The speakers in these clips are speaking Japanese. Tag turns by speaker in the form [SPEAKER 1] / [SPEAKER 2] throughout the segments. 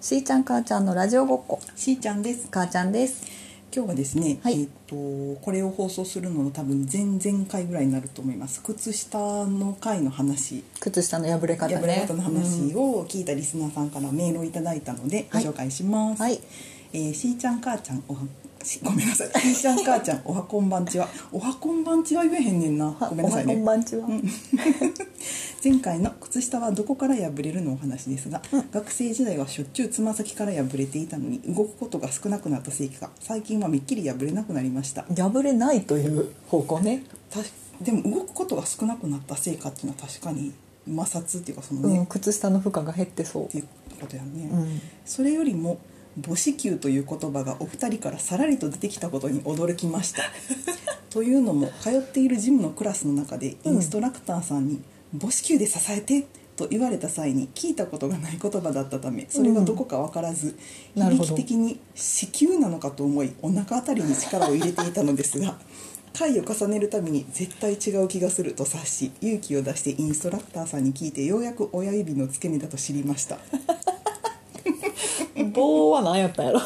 [SPEAKER 1] しーちゃん母ちゃんのラジオごっこ
[SPEAKER 2] しーちゃんです
[SPEAKER 1] 母ちゃんです
[SPEAKER 2] 今日はですね、
[SPEAKER 1] はい
[SPEAKER 2] えっ、とこれを放送するのの多分前々回ぐらいになると思います靴下の回の話
[SPEAKER 1] 靴下の破れ方ね
[SPEAKER 2] 破れ方の
[SPEAKER 1] うん
[SPEAKER 2] 話を聞いたリスナーさんからメールをいただいたのでご
[SPEAKER 1] はい
[SPEAKER 2] 紹介します、
[SPEAKER 1] はい
[SPEAKER 2] えーしーちゃん母ちゃんおは しごめんなさいしーちゃん母ちゃんおはこんばんちはおはこんばんちは言えへんねんな
[SPEAKER 1] は
[SPEAKER 2] ごめんなさいね
[SPEAKER 1] おはこんばんちは、
[SPEAKER 2] 前回の靴下はどこから破れるのお話ですが、学生時代はしょっちゅうつま先から破れていたのに動くことが少なくなったせいか最近はめっきり破れなくなりました
[SPEAKER 1] 破れないという方向ね
[SPEAKER 2] たでも動くことが少なくなったせいかっていうのは確かに摩擦っていうかその
[SPEAKER 1] う
[SPEAKER 2] ね、
[SPEAKER 1] ん、靴下の負荷が減ってそ
[SPEAKER 2] っ
[SPEAKER 1] う
[SPEAKER 2] ていうことやね、
[SPEAKER 1] うん
[SPEAKER 2] それよりも母子球という言葉がお二人からさらりと出てきたことに驚きました というのも通っているジムのクラスの中でインストラクターさんに「母子球で支えて」と言われた際に聞いたことがない言葉だったためそれがどこか分からず、
[SPEAKER 1] うんなるほ
[SPEAKER 2] 響
[SPEAKER 1] ど
[SPEAKER 2] き的に子宮なのかと思いお腹あたりに力を入れていたのですが 回を重ねるたびに絶対違う気がすると察し勇気を出してインストラクターさんに聞いてようやく親指の付け根だと知りました
[SPEAKER 1] 棒は何やったんやろ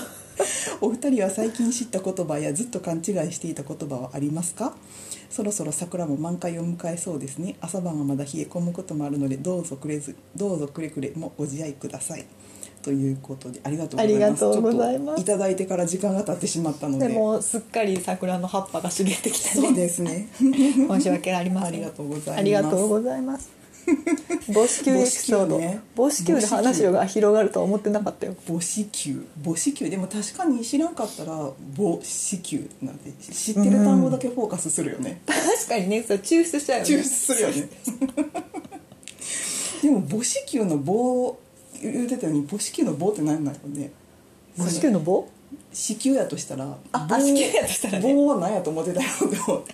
[SPEAKER 2] お二人は最近知った言葉やずっと勘違いしていた言葉はありますかそろそろ桜も満開を迎えそうですね朝晩はまだ冷え込むこともあるのでどうぞくれずどうぞくれくれもご自愛くださいということでありがとうございます
[SPEAKER 1] ありがとうございます
[SPEAKER 2] ちょっといただいてから時間が経ってしまったので
[SPEAKER 1] でもすっかり桜の葉っぱが茂ってきた
[SPEAKER 2] そう
[SPEAKER 1] ね
[SPEAKER 2] ですね
[SPEAKER 1] 申し訳ありません
[SPEAKER 2] ありがとうございます
[SPEAKER 1] ありがとうございます母子球エピソード
[SPEAKER 2] 母子球
[SPEAKER 1] 母子球
[SPEAKER 2] ね
[SPEAKER 1] で話が広がるとは思ってなかったよ
[SPEAKER 2] 母子球母子球でも確かに知らんかったら母子球なんで知ってる単語だけフォーカスするよね、
[SPEAKER 1] 確かにねそう抽出しち ゃうよ
[SPEAKER 2] 抽
[SPEAKER 1] ね
[SPEAKER 2] 出する よねでも母子球の棒言ってたように母子球の棒って何なんやろね
[SPEAKER 1] 母子球の棒
[SPEAKER 2] 子宮やとしたら
[SPEAKER 1] あ
[SPEAKER 2] 棒
[SPEAKER 1] あ子宮やとしたらね
[SPEAKER 2] 棒は何やと思ってたよでも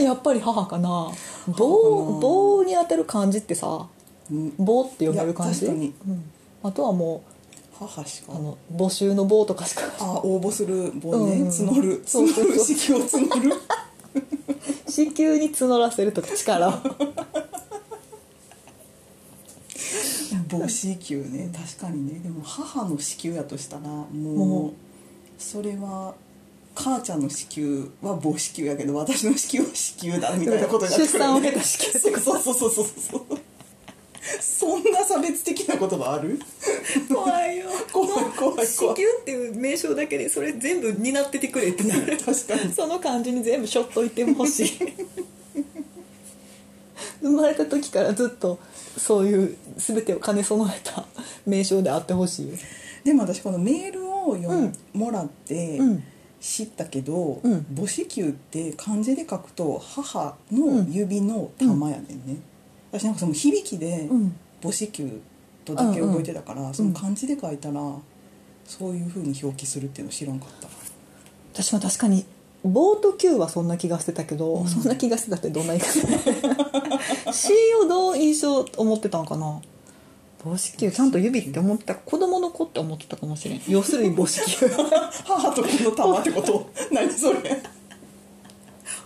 [SPEAKER 1] やっぱり母かな
[SPEAKER 2] 母か
[SPEAKER 1] 棒
[SPEAKER 2] な
[SPEAKER 1] 棒に当てる感じってさ
[SPEAKER 2] うん
[SPEAKER 1] 棒って読める感じ
[SPEAKER 2] いや確かに
[SPEAKER 1] うん、あとはも
[SPEAKER 2] 母し
[SPEAKER 1] う
[SPEAKER 2] か
[SPEAKER 1] あの募集の棒とかし か
[SPEAKER 2] あ応募する棒ね、
[SPEAKER 1] うんうん
[SPEAKER 2] 募る
[SPEAKER 1] そうそう
[SPEAKER 2] 募る
[SPEAKER 1] そう
[SPEAKER 2] 子宮を募る
[SPEAKER 1] 子宮に募らせるとか力を
[SPEAKER 2] 母子球ね確かにねでも母の子宮やとしたらもう
[SPEAKER 1] もう
[SPEAKER 2] それは母ちゃんの子宮は母子宮やけど私の子宮は子宮だみたいなことになって
[SPEAKER 1] 出
[SPEAKER 2] くるよ
[SPEAKER 1] 産を
[SPEAKER 2] ね
[SPEAKER 1] 経た子宮
[SPEAKER 2] そうそうそうそうそうそうそんな差別的な言葉ある
[SPEAKER 1] 怖いよ
[SPEAKER 2] 怖い怖い怖い
[SPEAKER 1] っていう名称だけでそれ全部担っててくれってなる
[SPEAKER 2] 確かに
[SPEAKER 1] その感じに全部しょっといてほしい 生まれた時からずっとそういう全てを兼ね備えた名称であってほしいよ
[SPEAKER 2] でも私このメールを読ん、
[SPEAKER 1] うん
[SPEAKER 2] もらって
[SPEAKER 1] うん
[SPEAKER 2] 知ったけど、
[SPEAKER 1] うん
[SPEAKER 2] 母子球って漢字で書くと母の指の玉やねんね、私なんかその響きで
[SPEAKER 1] うん
[SPEAKER 2] 母子球とだけ覚えてたから、その漢字で書いたらそういうふうに表記するっていうの知らんかった
[SPEAKER 1] 私は確かにボート Q はそんな気がしてたけど、そんな気がしてたってどんな言い方 C をどう印象思ってたんかな母子球ちゃんと指って思ってた子供の子って思ってたかもしれん要するに母子球
[SPEAKER 2] 母と子の玉ってこと何それ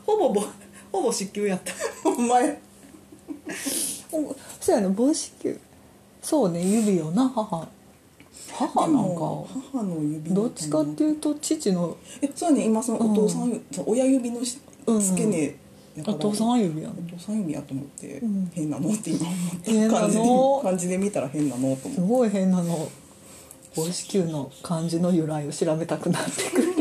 [SPEAKER 1] ほぼぼほぼ子宮やった
[SPEAKER 2] お前
[SPEAKER 1] そうやな母子球そうね指よな母母
[SPEAKER 2] で
[SPEAKER 1] な
[SPEAKER 2] も
[SPEAKER 1] んか
[SPEAKER 2] 母の指の
[SPEAKER 1] どっちかっていうと父の
[SPEAKER 2] えそうね今そのお父さん、その親指のし
[SPEAKER 1] うんうん
[SPEAKER 2] 付け根だから
[SPEAKER 1] お父さん指や
[SPEAKER 2] お
[SPEAKER 1] ん
[SPEAKER 2] 父さん指やと思って、
[SPEAKER 1] うん
[SPEAKER 2] 変なのって今
[SPEAKER 1] 変
[SPEAKER 2] 思っ
[SPEAKER 1] な
[SPEAKER 2] た感じで
[SPEAKER 1] の
[SPEAKER 2] 感じで見たら変なのと
[SPEAKER 1] す
[SPEAKER 2] 思って
[SPEAKER 1] ごい変なの母子球の漢字の由来を調べたくなってく る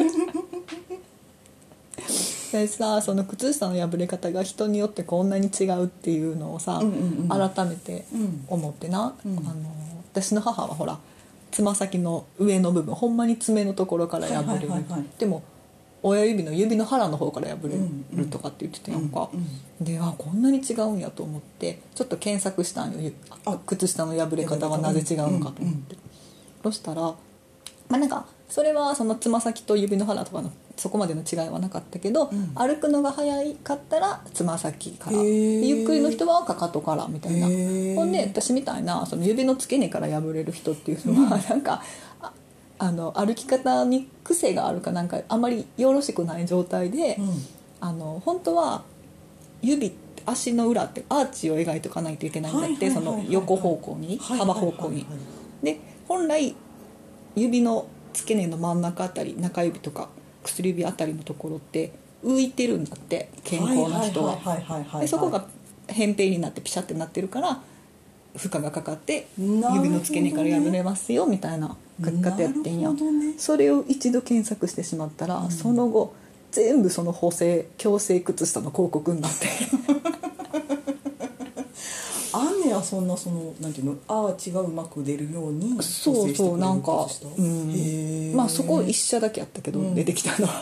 [SPEAKER 1] でさその靴下の破れ方が人によってこんなに違うっていうのをさ、
[SPEAKER 2] うんうんうん
[SPEAKER 1] 改めて
[SPEAKER 2] うん
[SPEAKER 1] 思ってな、
[SPEAKER 2] うん
[SPEAKER 1] あの私の母はほらつま先の上の部分ほんまに爪のところから破れる、
[SPEAKER 2] はいはいはいはい
[SPEAKER 1] でも親指の指の腹の方から破れるとかって言ってたやんか、
[SPEAKER 2] うんうん
[SPEAKER 1] であこんなに違うんやと思ってちょっと検索したんよゆ
[SPEAKER 2] あ
[SPEAKER 1] 靴下の破れ方はなぜ違うのかと
[SPEAKER 2] う
[SPEAKER 1] 思
[SPEAKER 2] んう
[SPEAKER 1] っ
[SPEAKER 2] ん
[SPEAKER 1] て、そしたらまあなんかそれはそのつま先と指の腹とかのそこまでの違いはなかったけど、
[SPEAKER 2] ん
[SPEAKER 1] 歩くのが早いかったらつま先から
[SPEAKER 2] へー
[SPEAKER 1] ゆっくりの人はかかとからみたいな
[SPEAKER 2] へー
[SPEAKER 1] ほんで私みたいなその指の付け根から破れる人っていうのはなんかああの歩き方に癖があるかなんかあんまりよろしくない状態で、
[SPEAKER 2] うん
[SPEAKER 1] あの本当は指足の裏ってアーチを描いておかないといけないんだって、
[SPEAKER 2] はいはいはいはい
[SPEAKER 1] その横方向に
[SPEAKER 2] はい
[SPEAKER 1] 幅方向に。
[SPEAKER 2] はいはいはい
[SPEAKER 1] で本本来指の付け根の真ん中あたり中指とか薬指あたりのところって浮いてるんだって健康な人は。
[SPEAKER 2] はいはいはいはいはいはい
[SPEAKER 1] でそこが扁平になってピシャってなってるから負荷がかかって
[SPEAKER 2] なるほどね
[SPEAKER 1] 指の付け根から破れますよみたいな書き方やってんや、
[SPEAKER 2] なるほどね
[SPEAKER 1] それを一度検索してしまったら、その後全部その補正矯正靴下の広告になって
[SPEAKER 2] あんねやそんなそのなんていうのアーチがうまく出るように
[SPEAKER 1] そう
[SPEAKER 2] 調整してくれ
[SPEAKER 1] そう
[SPEAKER 2] る
[SPEAKER 1] なんか
[SPEAKER 2] 靴下
[SPEAKER 1] うん
[SPEAKER 2] へー
[SPEAKER 1] まあそこ一社だけやったけど、
[SPEAKER 2] うん
[SPEAKER 1] 出てきたの は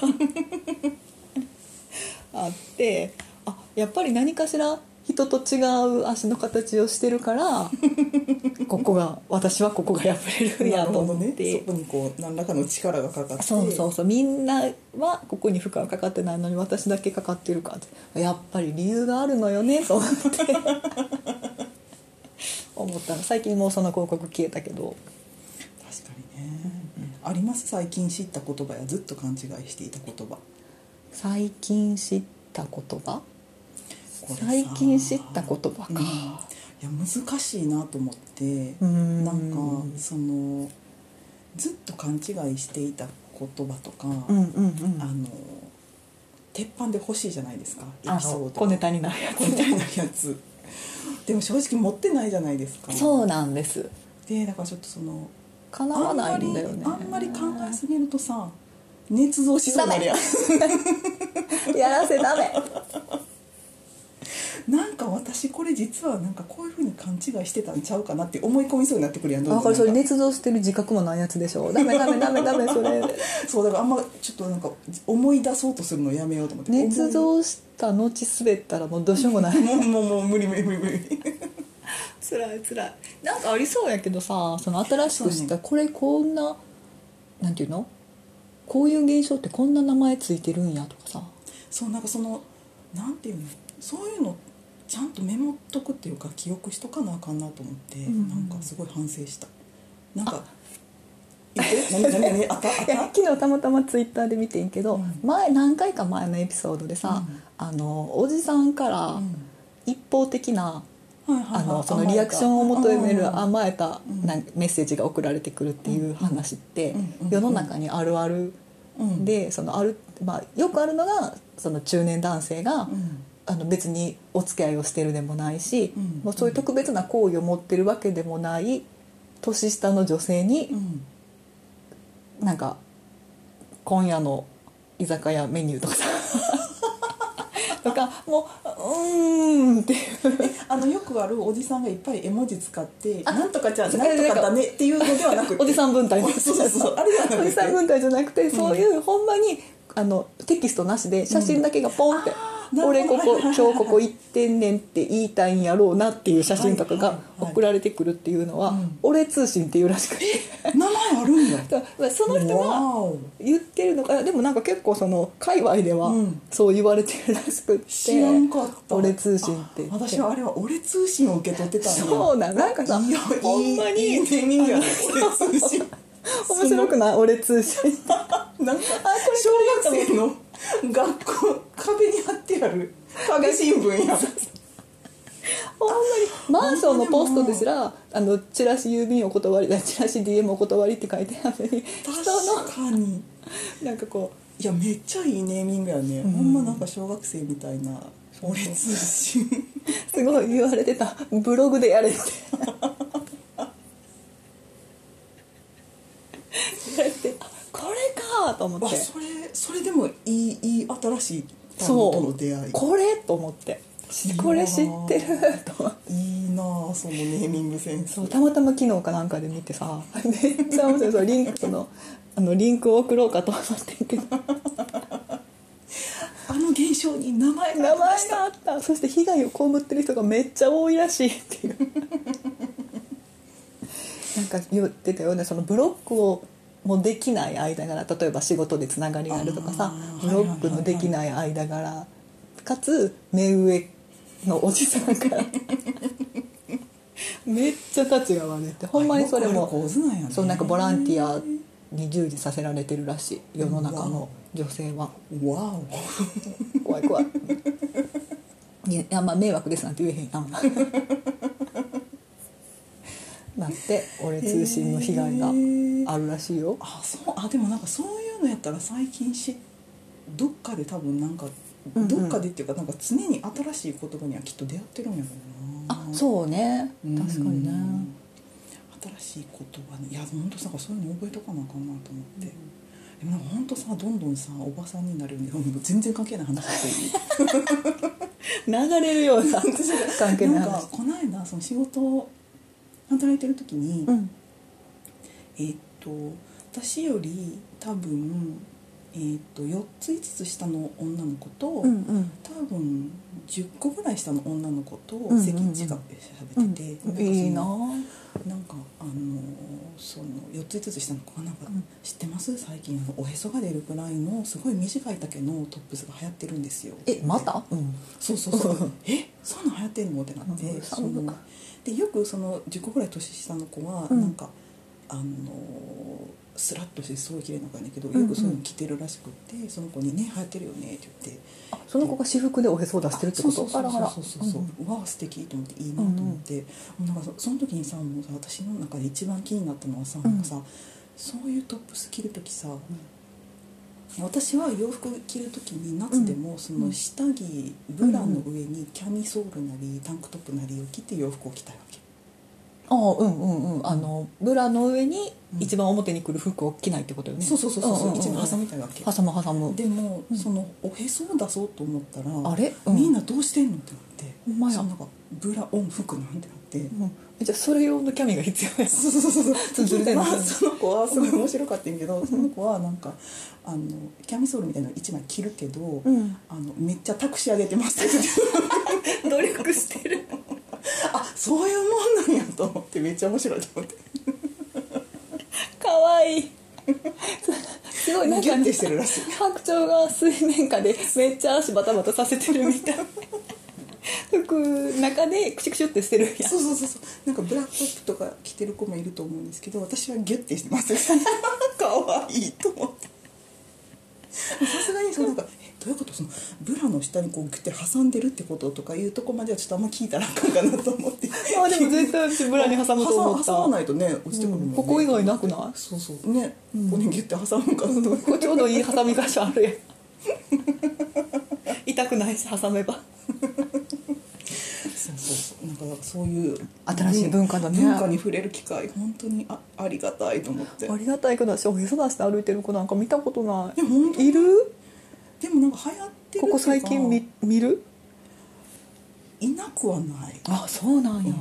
[SPEAKER 1] あってあやっぱり何かしら人と違う足の形をしてるから ここが私はここが破れるん
[SPEAKER 2] な
[SPEAKER 1] や
[SPEAKER 2] る
[SPEAKER 1] と
[SPEAKER 2] ほ
[SPEAKER 1] 思
[SPEAKER 2] ど
[SPEAKER 1] っ
[SPEAKER 2] ね
[SPEAKER 1] て、
[SPEAKER 2] そこにこう何らかの力がかかって
[SPEAKER 1] そうそうそうみんなはここに負荷はかかってないのに私だけかかってるかってやっぱり理由があるのよねと思って 思ったの最近もうその広告消えたけど
[SPEAKER 2] 確かにね、あります最近知った言葉やずっと勘違いしていた言葉
[SPEAKER 1] 最近知った言葉
[SPEAKER 2] これさ
[SPEAKER 1] 最近知った言葉
[SPEAKER 2] うんい
[SPEAKER 1] か、
[SPEAKER 2] や難しいなと思って
[SPEAKER 1] うん
[SPEAKER 2] なんかそのずっと勘違いしていた言葉とか、
[SPEAKER 1] うん、うんうん
[SPEAKER 2] あの鉄板で欲しいじゃないですかエ
[SPEAKER 1] あ
[SPEAKER 2] ピソー
[SPEAKER 1] の
[SPEAKER 2] ド
[SPEAKER 1] 小ネタになるや
[SPEAKER 2] 小ネタになるやつでも正直持ってないじゃないですか
[SPEAKER 1] つそうなんです
[SPEAKER 2] でだからちょっとその
[SPEAKER 1] 叶
[SPEAKER 2] あ
[SPEAKER 1] わ
[SPEAKER 2] ん
[SPEAKER 1] な
[SPEAKER 2] ま
[SPEAKER 1] い
[SPEAKER 2] り
[SPEAKER 1] んだよね
[SPEAKER 2] あんまり考えすぎるとさ捏造しそうになるや ん
[SPEAKER 1] やらせダメ
[SPEAKER 2] なんか私これ実はなんかこういうふうに勘違いしてたんちゃうかなって思い込みそうになってくるやんどん
[SPEAKER 1] あ
[SPEAKER 2] どん
[SPEAKER 1] これそれ
[SPEAKER 2] なんか
[SPEAKER 1] 捏造してる自覚もないやつでしょダメダメダメダメそ れ
[SPEAKER 2] そうだからあんまちょっとなんか思い出そうとするのやめようと思って
[SPEAKER 1] 捏造した後滑ったらもうどうしようも ない
[SPEAKER 2] もうもうもう無理無理無理無理
[SPEAKER 1] つらいつらいなんかありそうやけどさその新しく知っ
[SPEAKER 2] そう
[SPEAKER 1] た、これこんななんていうのこういう現象ってこんな名前ついてるんやとかさ
[SPEAKER 2] そうなんかそのなんていうのそういうのちゃんとメモっとくっていうか記憶しとかなあかんなと思って、
[SPEAKER 1] ん
[SPEAKER 2] なんかすごい反省したなんかえ何何何あったあっ
[SPEAKER 1] いや
[SPEAKER 2] た
[SPEAKER 1] 昨日たまたまツイッターで見てんけど、
[SPEAKER 2] うん
[SPEAKER 1] 前何回か前のエピソードでさ、
[SPEAKER 2] うん
[SPEAKER 1] あのおじさんから
[SPEAKER 2] うん
[SPEAKER 1] 一方的な、
[SPEAKER 2] はいはいはい
[SPEAKER 1] あのそのリアクションを求める
[SPEAKER 2] 甘
[SPEAKER 1] 甘
[SPEAKER 2] え
[SPEAKER 1] えた
[SPEAKER 2] うん
[SPEAKER 1] なんメッセージが送られてくるっていう話って
[SPEAKER 2] うんうん
[SPEAKER 1] 世の中にあるある
[SPEAKER 2] たうん
[SPEAKER 1] でそのある、まあ、よくあるのがその中年男性が
[SPEAKER 2] うん
[SPEAKER 1] あの別にお付き合いをしてるでもないし、
[SPEAKER 2] うん
[SPEAKER 1] もうそういう特別な好意を持ってるわけでもない年下の女性
[SPEAKER 2] う
[SPEAKER 1] に
[SPEAKER 2] ん
[SPEAKER 1] なんか今夜の居酒屋メニューとかさ とかもううーんっていう
[SPEAKER 2] あのよくあるおじさんがいっぱい絵文字使って「
[SPEAKER 1] あ
[SPEAKER 2] なんとかちゃん
[SPEAKER 1] そう
[SPEAKER 2] なんとかだね」っていうのではなくて
[SPEAKER 1] おじさん分
[SPEAKER 2] そ
[SPEAKER 1] 隊の
[SPEAKER 2] う そうそうあれじゃなくて
[SPEAKER 1] おじさん文体じゃなくて、そういうほんまにあのテキストなしで写真だけがポンって「
[SPEAKER 2] うんあー
[SPEAKER 1] 俺こ
[SPEAKER 2] なるほ
[SPEAKER 1] こ
[SPEAKER 2] ど
[SPEAKER 1] 今日ここ行ってんねん」って言いたいんやろうなっていう写真とか
[SPEAKER 2] はい
[SPEAKER 1] が
[SPEAKER 2] はいはい
[SPEAKER 1] 送られてくるっていうのは
[SPEAKER 2] うん
[SPEAKER 1] 「俺通信」っていうらし くて
[SPEAKER 2] 名前あるんや
[SPEAKER 1] だからその人が
[SPEAKER 2] わお
[SPEAKER 1] 言ってるのかでもなんか結構その界隈では
[SPEAKER 2] うん
[SPEAKER 1] そう言われてるらしくって「
[SPEAKER 2] 知らんかった
[SPEAKER 1] 俺通信」って
[SPEAKER 2] あ私はあれは俺通信を受け取ってたんや
[SPEAKER 1] そうなんなんかさ
[SPEAKER 2] いや
[SPEAKER 1] ほんまに
[SPEAKER 2] いいいいネーミングやね俺通信
[SPEAKER 1] 面白くない俺通信
[SPEAKER 2] なんか小学生の学校壁に貼ってある影新聞
[SPEAKER 1] ほ
[SPEAKER 2] や
[SPEAKER 1] んまにマンションのポストですら「あのチラシ郵便お断り」「チラシ DM お断り」って書いてあるのに人の
[SPEAKER 2] 確かに
[SPEAKER 1] なんかこ
[SPEAKER 2] いやめっちゃいいネーミングやね、ほんまなんか小学生みたいな俺通信
[SPEAKER 1] うすごい言われてたブログでやれって言われてあこれかと思っ
[SPEAKER 2] わ
[SPEAKER 1] て
[SPEAKER 2] それそれでもいいいい新しい単語と
[SPEAKER 1] そ
[SPEAKER 2] の出会いう
[SPEAKER 1] これと思って
[SPEAKER 2] いいなあ
[SPEAKER 1] これ知ってると思って。
[SPEAKER 2] いいなあそのネーミングセンス
[SPEAKER 1] そうたまたま昨日かなんかで見てさめっちゃ面白いそうリンクそのあのリンクを送ろうかと思ってんけど
[SPEAKER 2] あの現象に名前
[SPEAKER 1] 名
[SPEAKER 2] があ
[SPEAKER 1] 前
[SPEAKER 2] りました
[SPEAKER 1] があったそして被害を被ってる人がめっちゃ多いらしいっていうなんか言ってたよねそのブロックをもうできない間柄例えば仕事でつながりがあるとかさ
[SPEAKER 2] あー
[SPEAKER 1] ブロックのできない間柄かつ目上のおじさんからめっちゃたちが悪いってほんまにそれ
[SPEAKER 2] あよ
[SPEAKER 1] も
[SPEAKER 2] くある構図なんやね
[SPEAKER 1] そうなんかボランティアに従事させられてるらしい世の中の女性は。
[SPEAKER 2] わお
[SPEAKER 1] 怖い怖いいやいやまあ迷惑ですなんて言えへんななって俺通信の被害があるらしいよ
[SPEAKER 2] あそうあでもなんかそういうのやったら最近しどっかで多分なんか、
[SPEAKER 1] うんうん
[SPEAKER 2] どっかでっていうかなんか常に新しい言葉にはきっと出会ってるんやろうな
[SPEAKER 1] あそうね
[SPEAKER 2] うん
[SPEAKER 1] 確かにね
[SPEAKER 2] 新しい言葉ねいや本当さそういうの覚えとかなあかんなと思って、でもなんか本当さどんどんさおばさんになるようにもう全然関係ない話していい
[SPEAKER 1] 流れるような関係ない
[SPEAKER 2] なんか
[SPEAKER 1] 話
[SPEAKER 2] この間その仕事を働いてる時に、
[SPEAKER 1] うん
[SPEAKER 2] えーっと私より多分、えーっと4つ5つ下の女の子と、
[SPEAKER 1] うんうん
[SPEAKER 2] 多分10個ぐらい下の女の子
[SPEAKER 1] ん
[SPEAKER 2] と
[SPEAKER 1] うん
[SPEAKER 2] 席近くで
[SPEAKER 1] う
[SPEAKER 2] 喋
[SPEAKER 1] ん
[SPEAKER 2] ってて、
[SPEAKER 1] いいな
[SPEAKER 2] なんかそのなんかあのその4つ5つ下の子がなんか、
[SPEAKER 1] うん
[SPEAKER 2] 知ってます最近あのおへそが出るくらいのすごい短い丈のトップスが流行ってるんですよ
[SPEAKER 1] えまたうん
[SPEAKER 2] そうそうそうえそんなん流行ってんのってなって、
[SPEAKER 1] うん
[SPEAKER 2] そのでよくその10個ぐらい年下の子は
[SPEAKER 1] うん
[SPEAKER 2] なんか、あのスラッとしてすごい綺麗な子やねんけどよ
[SPEAKER 1] うんうん
[SPEAKER 2] くそういうの着てるらしくって、その子に「ね流行ってるよね」って言って
[SPEAKER 1] あその子が私服でおへそを出してるってこと
[SPEAKER 2] そうそう
[SPEAKER 1] あらあら
[SPEAKER 2] そうそうそうそう、うわあ素敵と思っていいなと思って、なんかそその時にさもうさ私の中で一番気になったのはさ、
[SPEAKER 1] うん
[SPEAKER 2] なんかさそういうトップス着る時さ、私は洋服着る時に夏でもその下着、ブランの上にキャミソールなりタンクトップなりを着て洋服を着たいわけ
[SPEAKER 1] ああうんうんうんあのブラの上に一番表に来る服を着ないってことよね
[SPEAKER 2] そうそうそうそう,、
[SPEAKER 1] んんん
[SPEAKER 2] 一番挟みたいわけ
[SPEAKER 1] 挟む挟む
[SPEAKER 2] でも、
[SPEAKER 1] うん
[SPEAKER 2] そのおへそを出そうと思ったら
[SPEAKER 1] あれうん
[SPEAKER 2] みんなどうしてんのってなって
[SPEAKER 1] ほんまや
[SPEAKER 2] そのなんかブラオン服なんてなって、
[SPEAKER 1] うんじゃあそれ用のキャミが必要や
[SPEAKER 2] そうそうそうそ
[SPEAKER 1] ょ
[SPEAKER 2] う
[SPEAKER 1] っとずれてる
[SPEAKER 2] まあその子はすごい面白かったんやけどその子はなんかあのキャミソールみたいなの1枚着るけど、
[SPEAKER 1] ん
[SPEAKER 2] あのめっちゃタクシー上げてます って努力してるあそういうもんなんやと思ってめっちゃ面白いと思って
[SPEAKER 1] かわいいすごい なん
[SPEAKER 2] ギ
[SPEAKER 1] か
[SPEAKER 2] ュッてしてる らしい
[SPEAKER 1] 白鳥が水面下でめっちゃ足バタバタさせてるみたいな服中でクシュクシュってしてるんや
[SPEAKER 2] そうそうそうそうなんかブラックトップとか着てる子もいると思うんですけど私はギュッてし てますかわいいと思ってさすがにそのなんかえどういうことそのブラの下にこうギュッて挟んでるってこととかいうとこまではちょっとあんま聞いたらあかんかなと思って
[SPEAKER 1] あで も絶対私ブラに 挟むと思った
[SPEAKER 2] 挟挟まないとね落ちてくるもんね、
[SPEAKER 1] ここ以外なくない
[SPEAKER 2] そうそうね、ここにギュッて挟むからと思って
[SPEAKER 1] ここちょうどいい挟み箇所あるやん痛くないし挟めば
[SPEAKER 2] そうそうそうなんかそういう
[SPEAKER 1] 新しい文化だね
[SPEAKER 2] 文化に触れる機会本当にあありがたいと思って
[SPEAKER 1] ありがたいけど私おへそ出して歩いてる子なんか見たことない
[SPEAKER 2] や本当
[SPEAKER 1] いる
[SPEAKER 2] でもなんか流行ってる
[SPEAKER 1] ここ
[SPEAKER 2] ってい
[SPEAKER 1] 最
[SPEAKER 2] うか
[SPEAKER 1] 近見見る
[SPEAKER 2] いなくはない、
[SPEAKER 1] あそうなんや、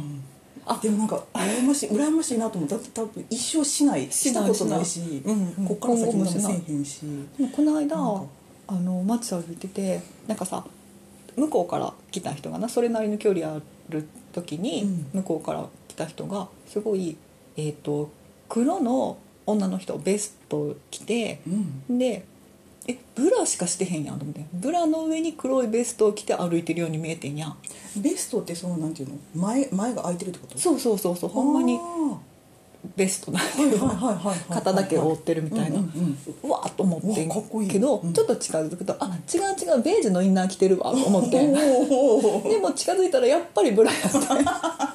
[SPEAKER 1] あ
[SPEAKER 2] でもなんか羨ましい羨ましいなと思ってだって多分一生しない
[SPEAKER 1] し
[SPEAKER 2] し
[SPEAKER 1] な
[SPEAKER 2] た
[SPEAKER 1] い
[SPEAKER 2] ことないし
[SPEAKER 1] しないうんうん
[SPEAKER 2] こっから先も
[SPEAKER 1] 今後
[SPEAKER 2] せ
[SPEAKER 1] もしない
[SPEAKER 2] えへんし
[SPEAKER 1] でもこの間
[SPEAKER 2] なんか
[SPEAKER 1] あの街歩いててなんかさ向こうから来た人がなそれなりの距離ある時に、
[SPEAKER 2] う
[SPEAKER 1] 向こうから来た人がすごい、えー、と黒の女の人ベスト着て
[SPEAKER 2] うん
[SPEAKER 1] でえブラしかしてへんやんと思ってブラの上に黒いベストを着て歩いてるように見えてんやん
[SPEAKER 2] ベストってそのなんていうの前前が空いてるってこと
[SPEAKER 1] そうそうそうそうほんまにベス トなんや
[SPEAKER 2] あーはいはいはいはいはい
[SPEAKER 1] 肩だけ覆ってるみたいな、
[SPEAKER 2] うんうん
[SPEAKER 1] うわーっと思ってん
[SPEAKER 2] うわかっこいい
[SPEAKER 1] けど、
[SPEAKER 2] うん
[SPEAKER 1] ちょっと近づくとあ違う違うベージュのインナー着てるわと思って
[SPEAKER 2] うん
[SPEAKER 1] で
[SPEAKER 2] おー
[SPEAKER 1] も近づいたらやっぱりブラや った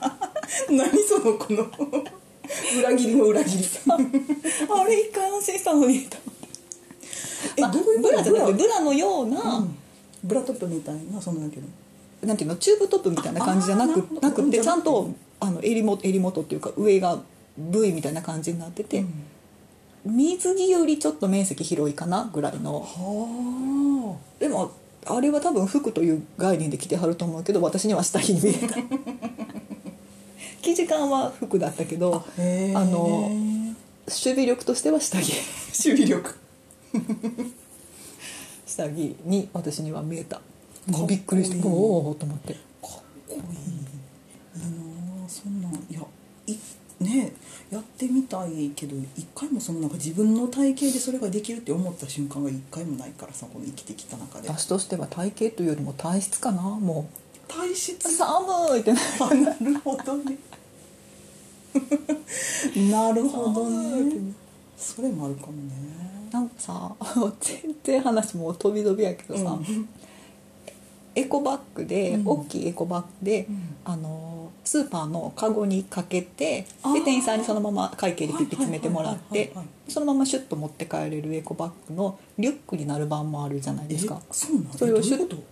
[SPEAKER 2] 何そのこの裏切りの裏切りさ
[SPEAKER 1] あれ一回安心したの にと
[SPEAKER 2] え
[SPEAKER 1] まあ
[SPEAKER 2] どういう
[SPEAKER 1] ブ
[SPEAKER 2] こと
[SPEAKER 1] ラじゃなくて
[SPEAKER 2] ブ
[SPEAKER 1] ブラのような、
[SPEAKER 2] うんブラトップみたいなそんなんやけど
[SPEAKER 1] なんていうのチューブトップみたいな感じじゃな
[SPEAKER 2] ああーなる
[SPEAKER 1] く
[SPEAKER 2] ほど
[SPEAKER 1] なくて
[SPEAKER 2] うん
[SPEAKER 1] ちゃんとあの襟元襟元っていうか上が V みたいな感じになってて、
[SPEAKER 2] うん
[SPEAKER 1] 水着よりちょっと面積広いかなぐらいの
[SPEAKER 2] は
[SPEAKER 1] でもあれは多分服という概念で着てはると思うけど私には下着に見えた生地感は服だったけど
[SPEAKER 2] あへえ
[SPEAKER 1] あの守備力としては下着
[SPEAKER 2] 守備力
[SPEAKER 1] 下着に私には見えた
[SPEAKER 2] っこいい
[SPEAKER 1] びっくりしておおと思って
[SPEAKER 2] かっこいいいいなあそんなんいやいねえやってみたいけど一回もそのなんか自分の体型でそれができるって思った瞬間が一回もないからさこの生きてきた中で
[SPEAKER 1] 私としては体型というよりも体質かなもう
[SPEAKER 2] 体質
[SPEAKER 1] 寒いってな
[SPEAKER 2] あなるほど ねなるほどね それもあるかもね
[SPEAKER 1] なんかさ全然話もう飛び飛びやけどさ、
[SPEAKER 2] うん
[SPEAKER 1] エコバッグで、
[SPEAKER 2] うん
[SPEAKER 1] 大きいエコバッグで、
[SPEAKER 2] うん
[SPEAKER 1] あのスーパーのカゴにかけて
[SPEAKER 2] あー
[SPEAKER 1] で店員さんにそのまま会計でピッて詰めてもらっ
[SPEAKER 2] はいはい
[SPEAKER 1] て
[SPEAKER 2] はいはいは
[SPEAKER 1] そのままシュッと持って帰れるエコバッグのリュックになる版もあるじゃないですか
[SPEAKER 2] えそうなの
[SPEAKER 1] それを
[SPEAKER 2] えどういうこ
[SPEAKER 1] シュ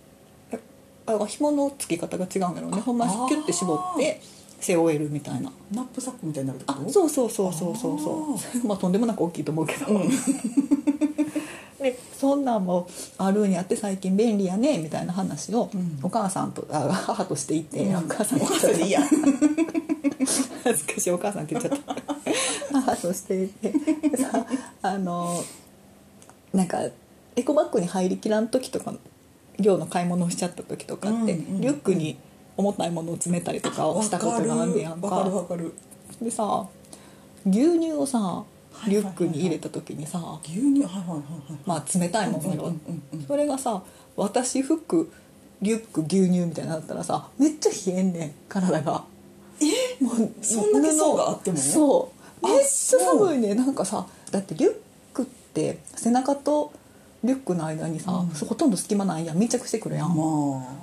[SPEAKER 2] と
[SPEAKER 1] あ紐の付け方が違うんだろうねほんま
[SPEAKER 2] あー
[SPEAKER 1] キュッて絞って背負えるみたいな
[SPEAKER 2] ナップサックみたいになるってこ
[SPEAKER 1] あ
[SPEAKER 2] と
[SPEAKER 1] そうそうそうそうそうそう
[SPEAKER 2] あー
[SPEAKER 1] そ れまあとんでもなく大きいと思うけど、 でそんなんもあるんやって最近便利やねみたいな話を
[SPEAKER 2] うん
[SPEAKER 1] お母さんと、あ母としていて、
[SPEAKER 2] うん
[SPEAKER 1] お母さん
[SPEAKER 2] お母さんでいいや
[SPEAKER 1] 恥ずかしいお母さんって言っちゃった母としていてでさあのなんかエコバッグに入りきらん時とか量の買い物をしちゃった時とかって、
[SPEAKER 2] うんうん
[SPEAKER 1] リュックに重たいものを詰めたりとかをしたことがあんねやんか。
[SPEAKER 2] わかるわかる
[SPEAKER 1] でさ牛乳をさ
[SPEAKER 2] いはいは
[SPEAKER 1] リュ
[SPEAKER 2] い
[SPEAKER 1] ックに入れた時にさ、
[SPEAKER 2] 牛乳はいはいはいはい
[SPEAKER 1] まあ冷たいものよ、
[SPEAKER 2] うんうんうんうん
[SPEAKER 1] それがさ私服リュック牛乳みたいになったらさめっちゃ冷えんねん体がえもう
[SPEAKER 2] そんだけ層があっても
[SPEAKER 1] 布そう
[SPEAKER 2] あ
[SPEAKER 1] めっちゃ寒いねなんかさだってリュックって背中とリュックの間にさ、
[SPEAKER 2] うん
[SPEAKER 1] ほとんど隙間ないやん密着してくるやん、
[SPEAKER 2] ま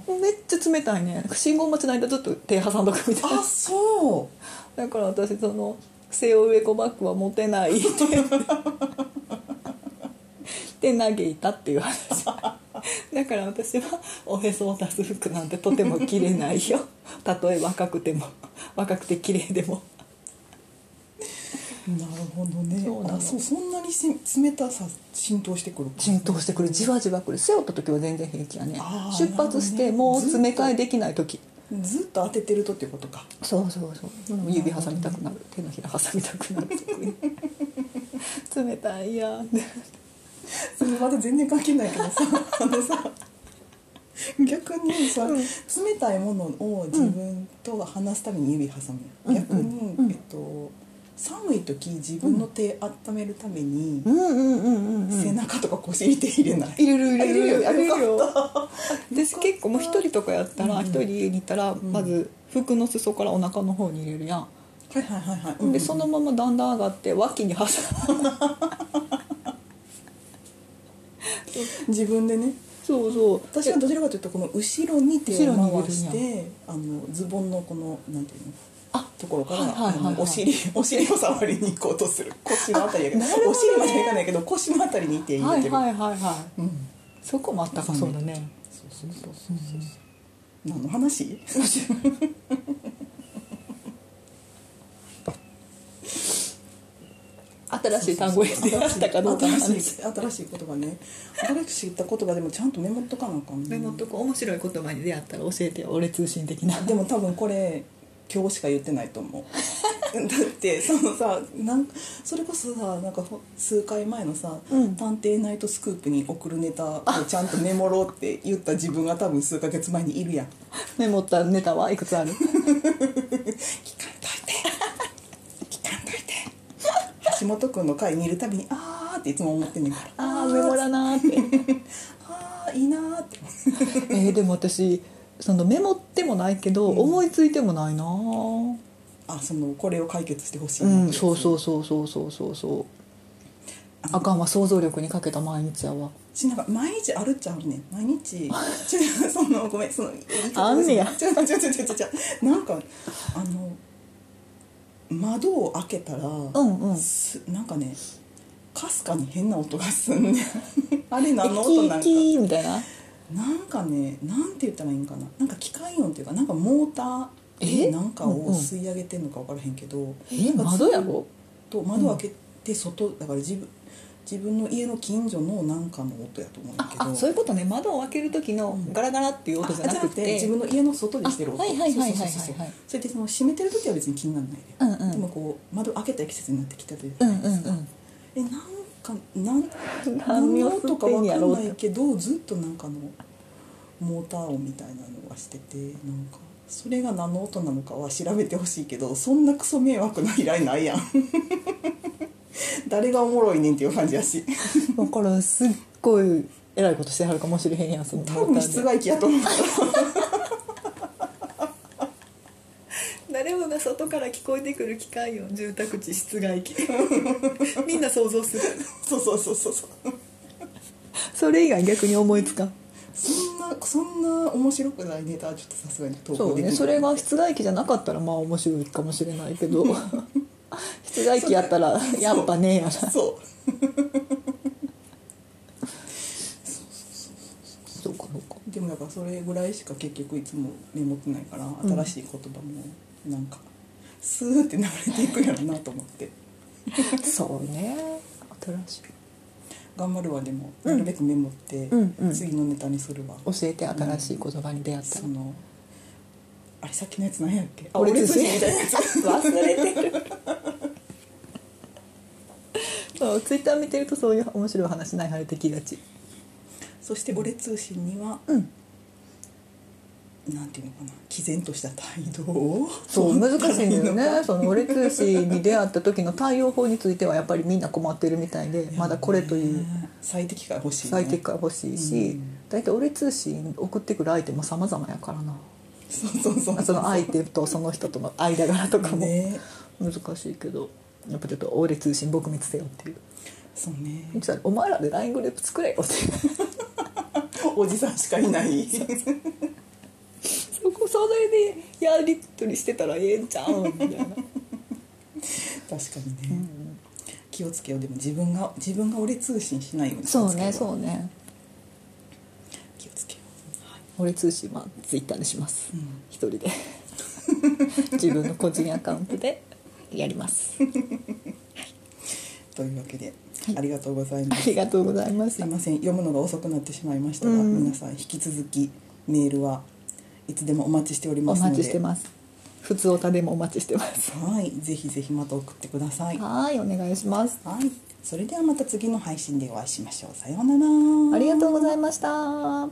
[SPEAKER 1] めっちゃ冷たいね信号待ちの間ちょっと手挟んどくみたい
[SPEAKER 2] あ
[SPEAKER 1] な
[SPEAKER 2] あそ
[SPEAKER 1] だから私その背負うエコバッグは持てないって で嘆いたっていう話だから私はおへそを出す服なんてとても着れないよたとえ若くても若くて綺麗でも
[SPEAKER 2] うなるほどね
[SPEAKER 1] そうなの
[SPEAKER 2] あそうそんなにせ冷たさ浸透してくる
[SPEAKER 1] 浸透してくるじわじわくる背負った時は全然平気やね
[SPEAKER 2] あー
[SPEAKER 1] 出発してもう詰め替えできない時
[SPEAKER 2] ずっと当ててるとっていうことか
[SPEAKER 1] そうそうそう指挟みたくなる手のひら挟みた くなる特に冷たいやんって
[SPEAKER 2] それまた全然関係ないけど さあのさ逆にさ、
[SPEAKER 1] うん
[SPEAKER 2] 冷たいものを自分とは話すために指挟むやん、逆に、えっと寒い時自分の手温めるために、
[SPEAKER 1] うんうんうんうん、うん
[SPEAKER 2] 背中とか腰に手入れない、
[SPEAKER 1] 入れる入れる
[SPEAKER 2] 入れるよ
[SPEAKER 1] 入れるよ私結構もう一人とかやったら一人家にいたらまず服の裾からお腹の方に入れるやん、
[SPEAKER 2] はいはいはいはい、うん
[SPEAKER 1] でそのままだんだん上がって脇に挟む
[SPEAKER 2] 自分でね
[SPEAKER 1] そうそう
[SPEAKER 2] 私はどちらかというとこの後ろに手
[SPEAKER 1] 後ろに入れるん
[SPEAKER 2] を
[SPEAKER 1] や
[SPEAKER 2] 回してあのズボンのこのなんていうの
[SPEAKER 1] あ
[SPEAKER 2] ところから、
[SPEAKER 1] はいはいはいはい
[SPEAKER 2] あのお尻お尻を触りに行こうとする腰のあたりやけど
[SPEAKER 1] あなるほどね
[SPEAKER 2] お尻まではいかないけど腰のあたりに手入
[SPEAKER 1] は
[SPEAKER 2] れて
[SPEAKER 1] い
[SPEAKER 2] る、
[SPEAKER 1] はいはいはい
[SPEAKER 2] うん
[SPEAKER 1] そこもあったかそうだね
[SPEAKER 2] そうそうそうそうそうそう何の話
[SPEAKER 1] 新しい単語に出会ったかどうかの
[SPEAKER 2] 新
[SPEAKER 1] 話
[SPEAKER 2] しい新しい言葉ね新しい言った言葉でもちゃんとメモっとかなあかんね
[SPEAKER 1] メモっとこう面白い言葉に出会ったら教えてよ俺通信的な
[SPEAKER 2] でも多分これ今日しか言ってないと 思うだってそのさなんそれこそさなんかほ数回前のさ、
[SPEAKER 1] うん
[SPEAKER 2] 探偵ナイトスクープ」に送るネタをちゃんとメモろうって言った自分が多分数ヶ月前にいるやん
[SPEAKER 1] メモったネタはいくつある
[SPEAKER 2] 聞かんといて 聞かんといて橋本君の会にいるたびに「あー」っていつも思ってんねんから
[SPEAKER 1] ああメモらなーって
[SPEAKER 2] あーいいなーって
[SPEAKER 1] えーでも私そのメモってもないけど、思いついてもないなー
[SPEAKER 2] あそのこれを解決してほしいなって
[SPEAKER 1] う
[SPEAKER 2] やつ、
[SPEAKER 1] んそうそうそうそうそうそうそうあかんわ想像力にかけた毎日やわ
[SPEAKER 2] しなんか毎日あるっちゃあるねん毎日ちょそのごめんその言い方
[SPEAKER 1] あんねや
[SPEAKER 2] ちょちょちょちょちょちょなんかあの窓を開けたら、
[SPEAKER 1] んうん
[SPEAKER 2] すなんかねかすかに変な音がすんねんあれ
[SPEAKER 1] え
[SPEAKER 2] 何の
[SPEAKER 1] キ
[SPEAKER 2] 音な
[SPEAKER 1] ー
[SPEAKER 2] んか
[SPEAKER 1] キーみたいな
[SPEAKER 2] なんかねなんて言ったらいいんかななんか機械音っていうかなんかモーター
[SPEAKER 1] え
[SPEAKER 2] でなんか
[SPEAKER 1] うん
[SPEAKER 2] を
[SPEAKER 1] うん
[SPEAKER 2] 吸い上げてんのか分からへんけど
[SPEAKER 1] え
[SPEAKER 2] なんか
[SPEAKER 1] 窓やろ
[SPEAKER 2] と窓開けて外だから自分自分の家の近所のなんかの音やと思うんだ
[SPEAKER 1] あ
[SPEAKER 2] けど
[SPEAKER 1] あそういうことね窓を開ける時のガラガラっていう音じゃなくて,、
[SPEAKER 2] 自分の家の外でしてる音
[SPEAKER 1] あはいはいはいはいはいはい
[SPEAKER 2] そうそうそうそうそれでその閉めてる時は別に気にならないで、
[SPEAKER 1] うんうん
[SPEAKER 2] でもこう窓開けた季節になってきたという
[SPEAKER 1] うんうんうん
[SPEAKER 2] えなんかなん
[SPEAKER 1] 何
[SPEAKER 2] 何
[SPEAKER 1] を
[SPEAKER 2] の
[SPEAKER 1] 吸
[SPEAKER 2] 音
[SPEAKER 1] っ
[SPEAKER 2] か
[SPEAKER 1] てん
[SPEAKER 2] わ
[SPEAKER 1] や
[SPEAKER 2] か
[SPEAKER 1] ろうんって
[SPEAKER 2] ないけどずっとなんかのモーター音みたいなのがしててなんかそれが何の音なのかは調べてほしいけどそんなクソ迷惑な依頼ないやん 誰がおもろいねんっていう感じやし
[SPEAKER 1] だからすっごい偉いことしてはるかもしれへんやんその
[SPEAKER 2] 多分室外機やと 思う
[SPEAKER 1] 誰もが外から聞こえてくる機械音住宅地室外 機みんな想像する
[SPEAKER 2] そうそうそうそうそう
[SPEAKER 1] それ以外逆に思いつかん
[SPEAKER 2] そんななそんな面白くないネタはちょっとさすがに投
[SPEAKER 1] そ
[SPEAKER 2] 稿
[SPEAKER 1] う
[SPEAKER 2] でき
[SPEAKER 1] ね
[SPEAKER 2] ない
[SPEAKER 1] それが室外機じゃなかったらまあ面白いかもしれないけ ど室外機やったら
[SPEAKER 2] そう
[SPEAKER 1] やっぱねえやな
[SPEAKER 2] そう
[SPEAKER 1] そうかそうか
[SPEAKER 2] でもだからそれぐらいしか結局いつもメモってないから
[SPEAKER 1] ん
[SPEAKER 2] 新しい言葉もなんかスーって流れていくやろなと思って
[SPEAKER 1] そうね新しい
[SPEAKER 2] 頑張るわでもなるべくメモって
[SPEAKER 1] うんうん
[SPEAKER 2] 次のネタにするわ、
[SPEAKER 1] 教えて新しい言葉に出会ったら
[SPEAKER 2] そ、のあれさっきのやつ何やっけ
[SPEAKER 1] 俺
[SPEAKER 2] 俺
[SPEAKER 1] 寿
[SPEAKER 2] 寿司
[SPEAKER 1] 司
[SPEAKER 2] みたいなやつ
[SPEAKER 1] 忘れてるそうツイッター見てるとそういう面白い話ない晴れてきがち
[SPEAKER 2] そして俺通信には
[SPEAKER 1] うん
[SPEAKER 2] なんていうのかな毅然とした態度を
[SPEAKER 1] そう難しいんだよ
[SPEAKER 2] 取ったらのか
[SPEAKER 1] ね その俺通信に出会った時の対応法についてはやっぱりみんな困ってるみたいでまだこれという
[SPEAKER 2] 最適化欲しい、ね、
[SPEAKER 1] 最適化欲しいし大体俺通信送ってくる相手も様々やからな
[SPEAKER 2] そうそう そう
[SPEAKER 1] その相手とその人との間柄とかも
[SPEAKER 2] ね
[SPEAKER 1] 難しいけどやっぱちょっと俺通信撲滅せよっていう
[SPEAKER 2] そうね
[SPEAKER 1] そしたらお前らで LINE グループ作れよって いう
[SPEAKER 2] おじさんしかいない
[SPEAKER 1] そこそれでやり取りしてたらええんちゃうんみたいな
[SPEAKER 2] 確かにね、気をつけようでも自分が自分が俺通信しないように
[SPEAKER 1] そうね
[SPEAKER 2] う
[SPEAKER 1] そうね
[SPEAKER 2] 気をつけよう、はい
[SPEAKER 1] 俺通信はツイッターでします、
[SPEAKER 2] うん
[SPEAKER 1] 一人で 自分の個人アカウントでやります
[SPEAKER 2] というわけで、
[SPEAKER 1] はい
[SPEAKER 2] ありがとうございま
[SPEAKER 1] あ
[SPEAKER 2] す
[SPEAKER 1] りがとうございますす
[SPEAKER 2] いません読むのが遅くなってしまいましたが、
[SPEAKER 1] うん
[SPEAKER 2] 皆さん引き続きメールはいつでもお待ちしており
[SPEAKER 1] お
[SPEAKER 2] ますので
[SPEAKER 1] 待ちしてます普通おたでもお待ちしてます
[SPEAKER 2] はいぜひぜひまた送ってくださいは
[SPEAKER 1] はいお願いします
[SPEAKER 2] いそれではまた次の配信でお会いしましょうさようなら
[SPEAKER 1] ありがとうございました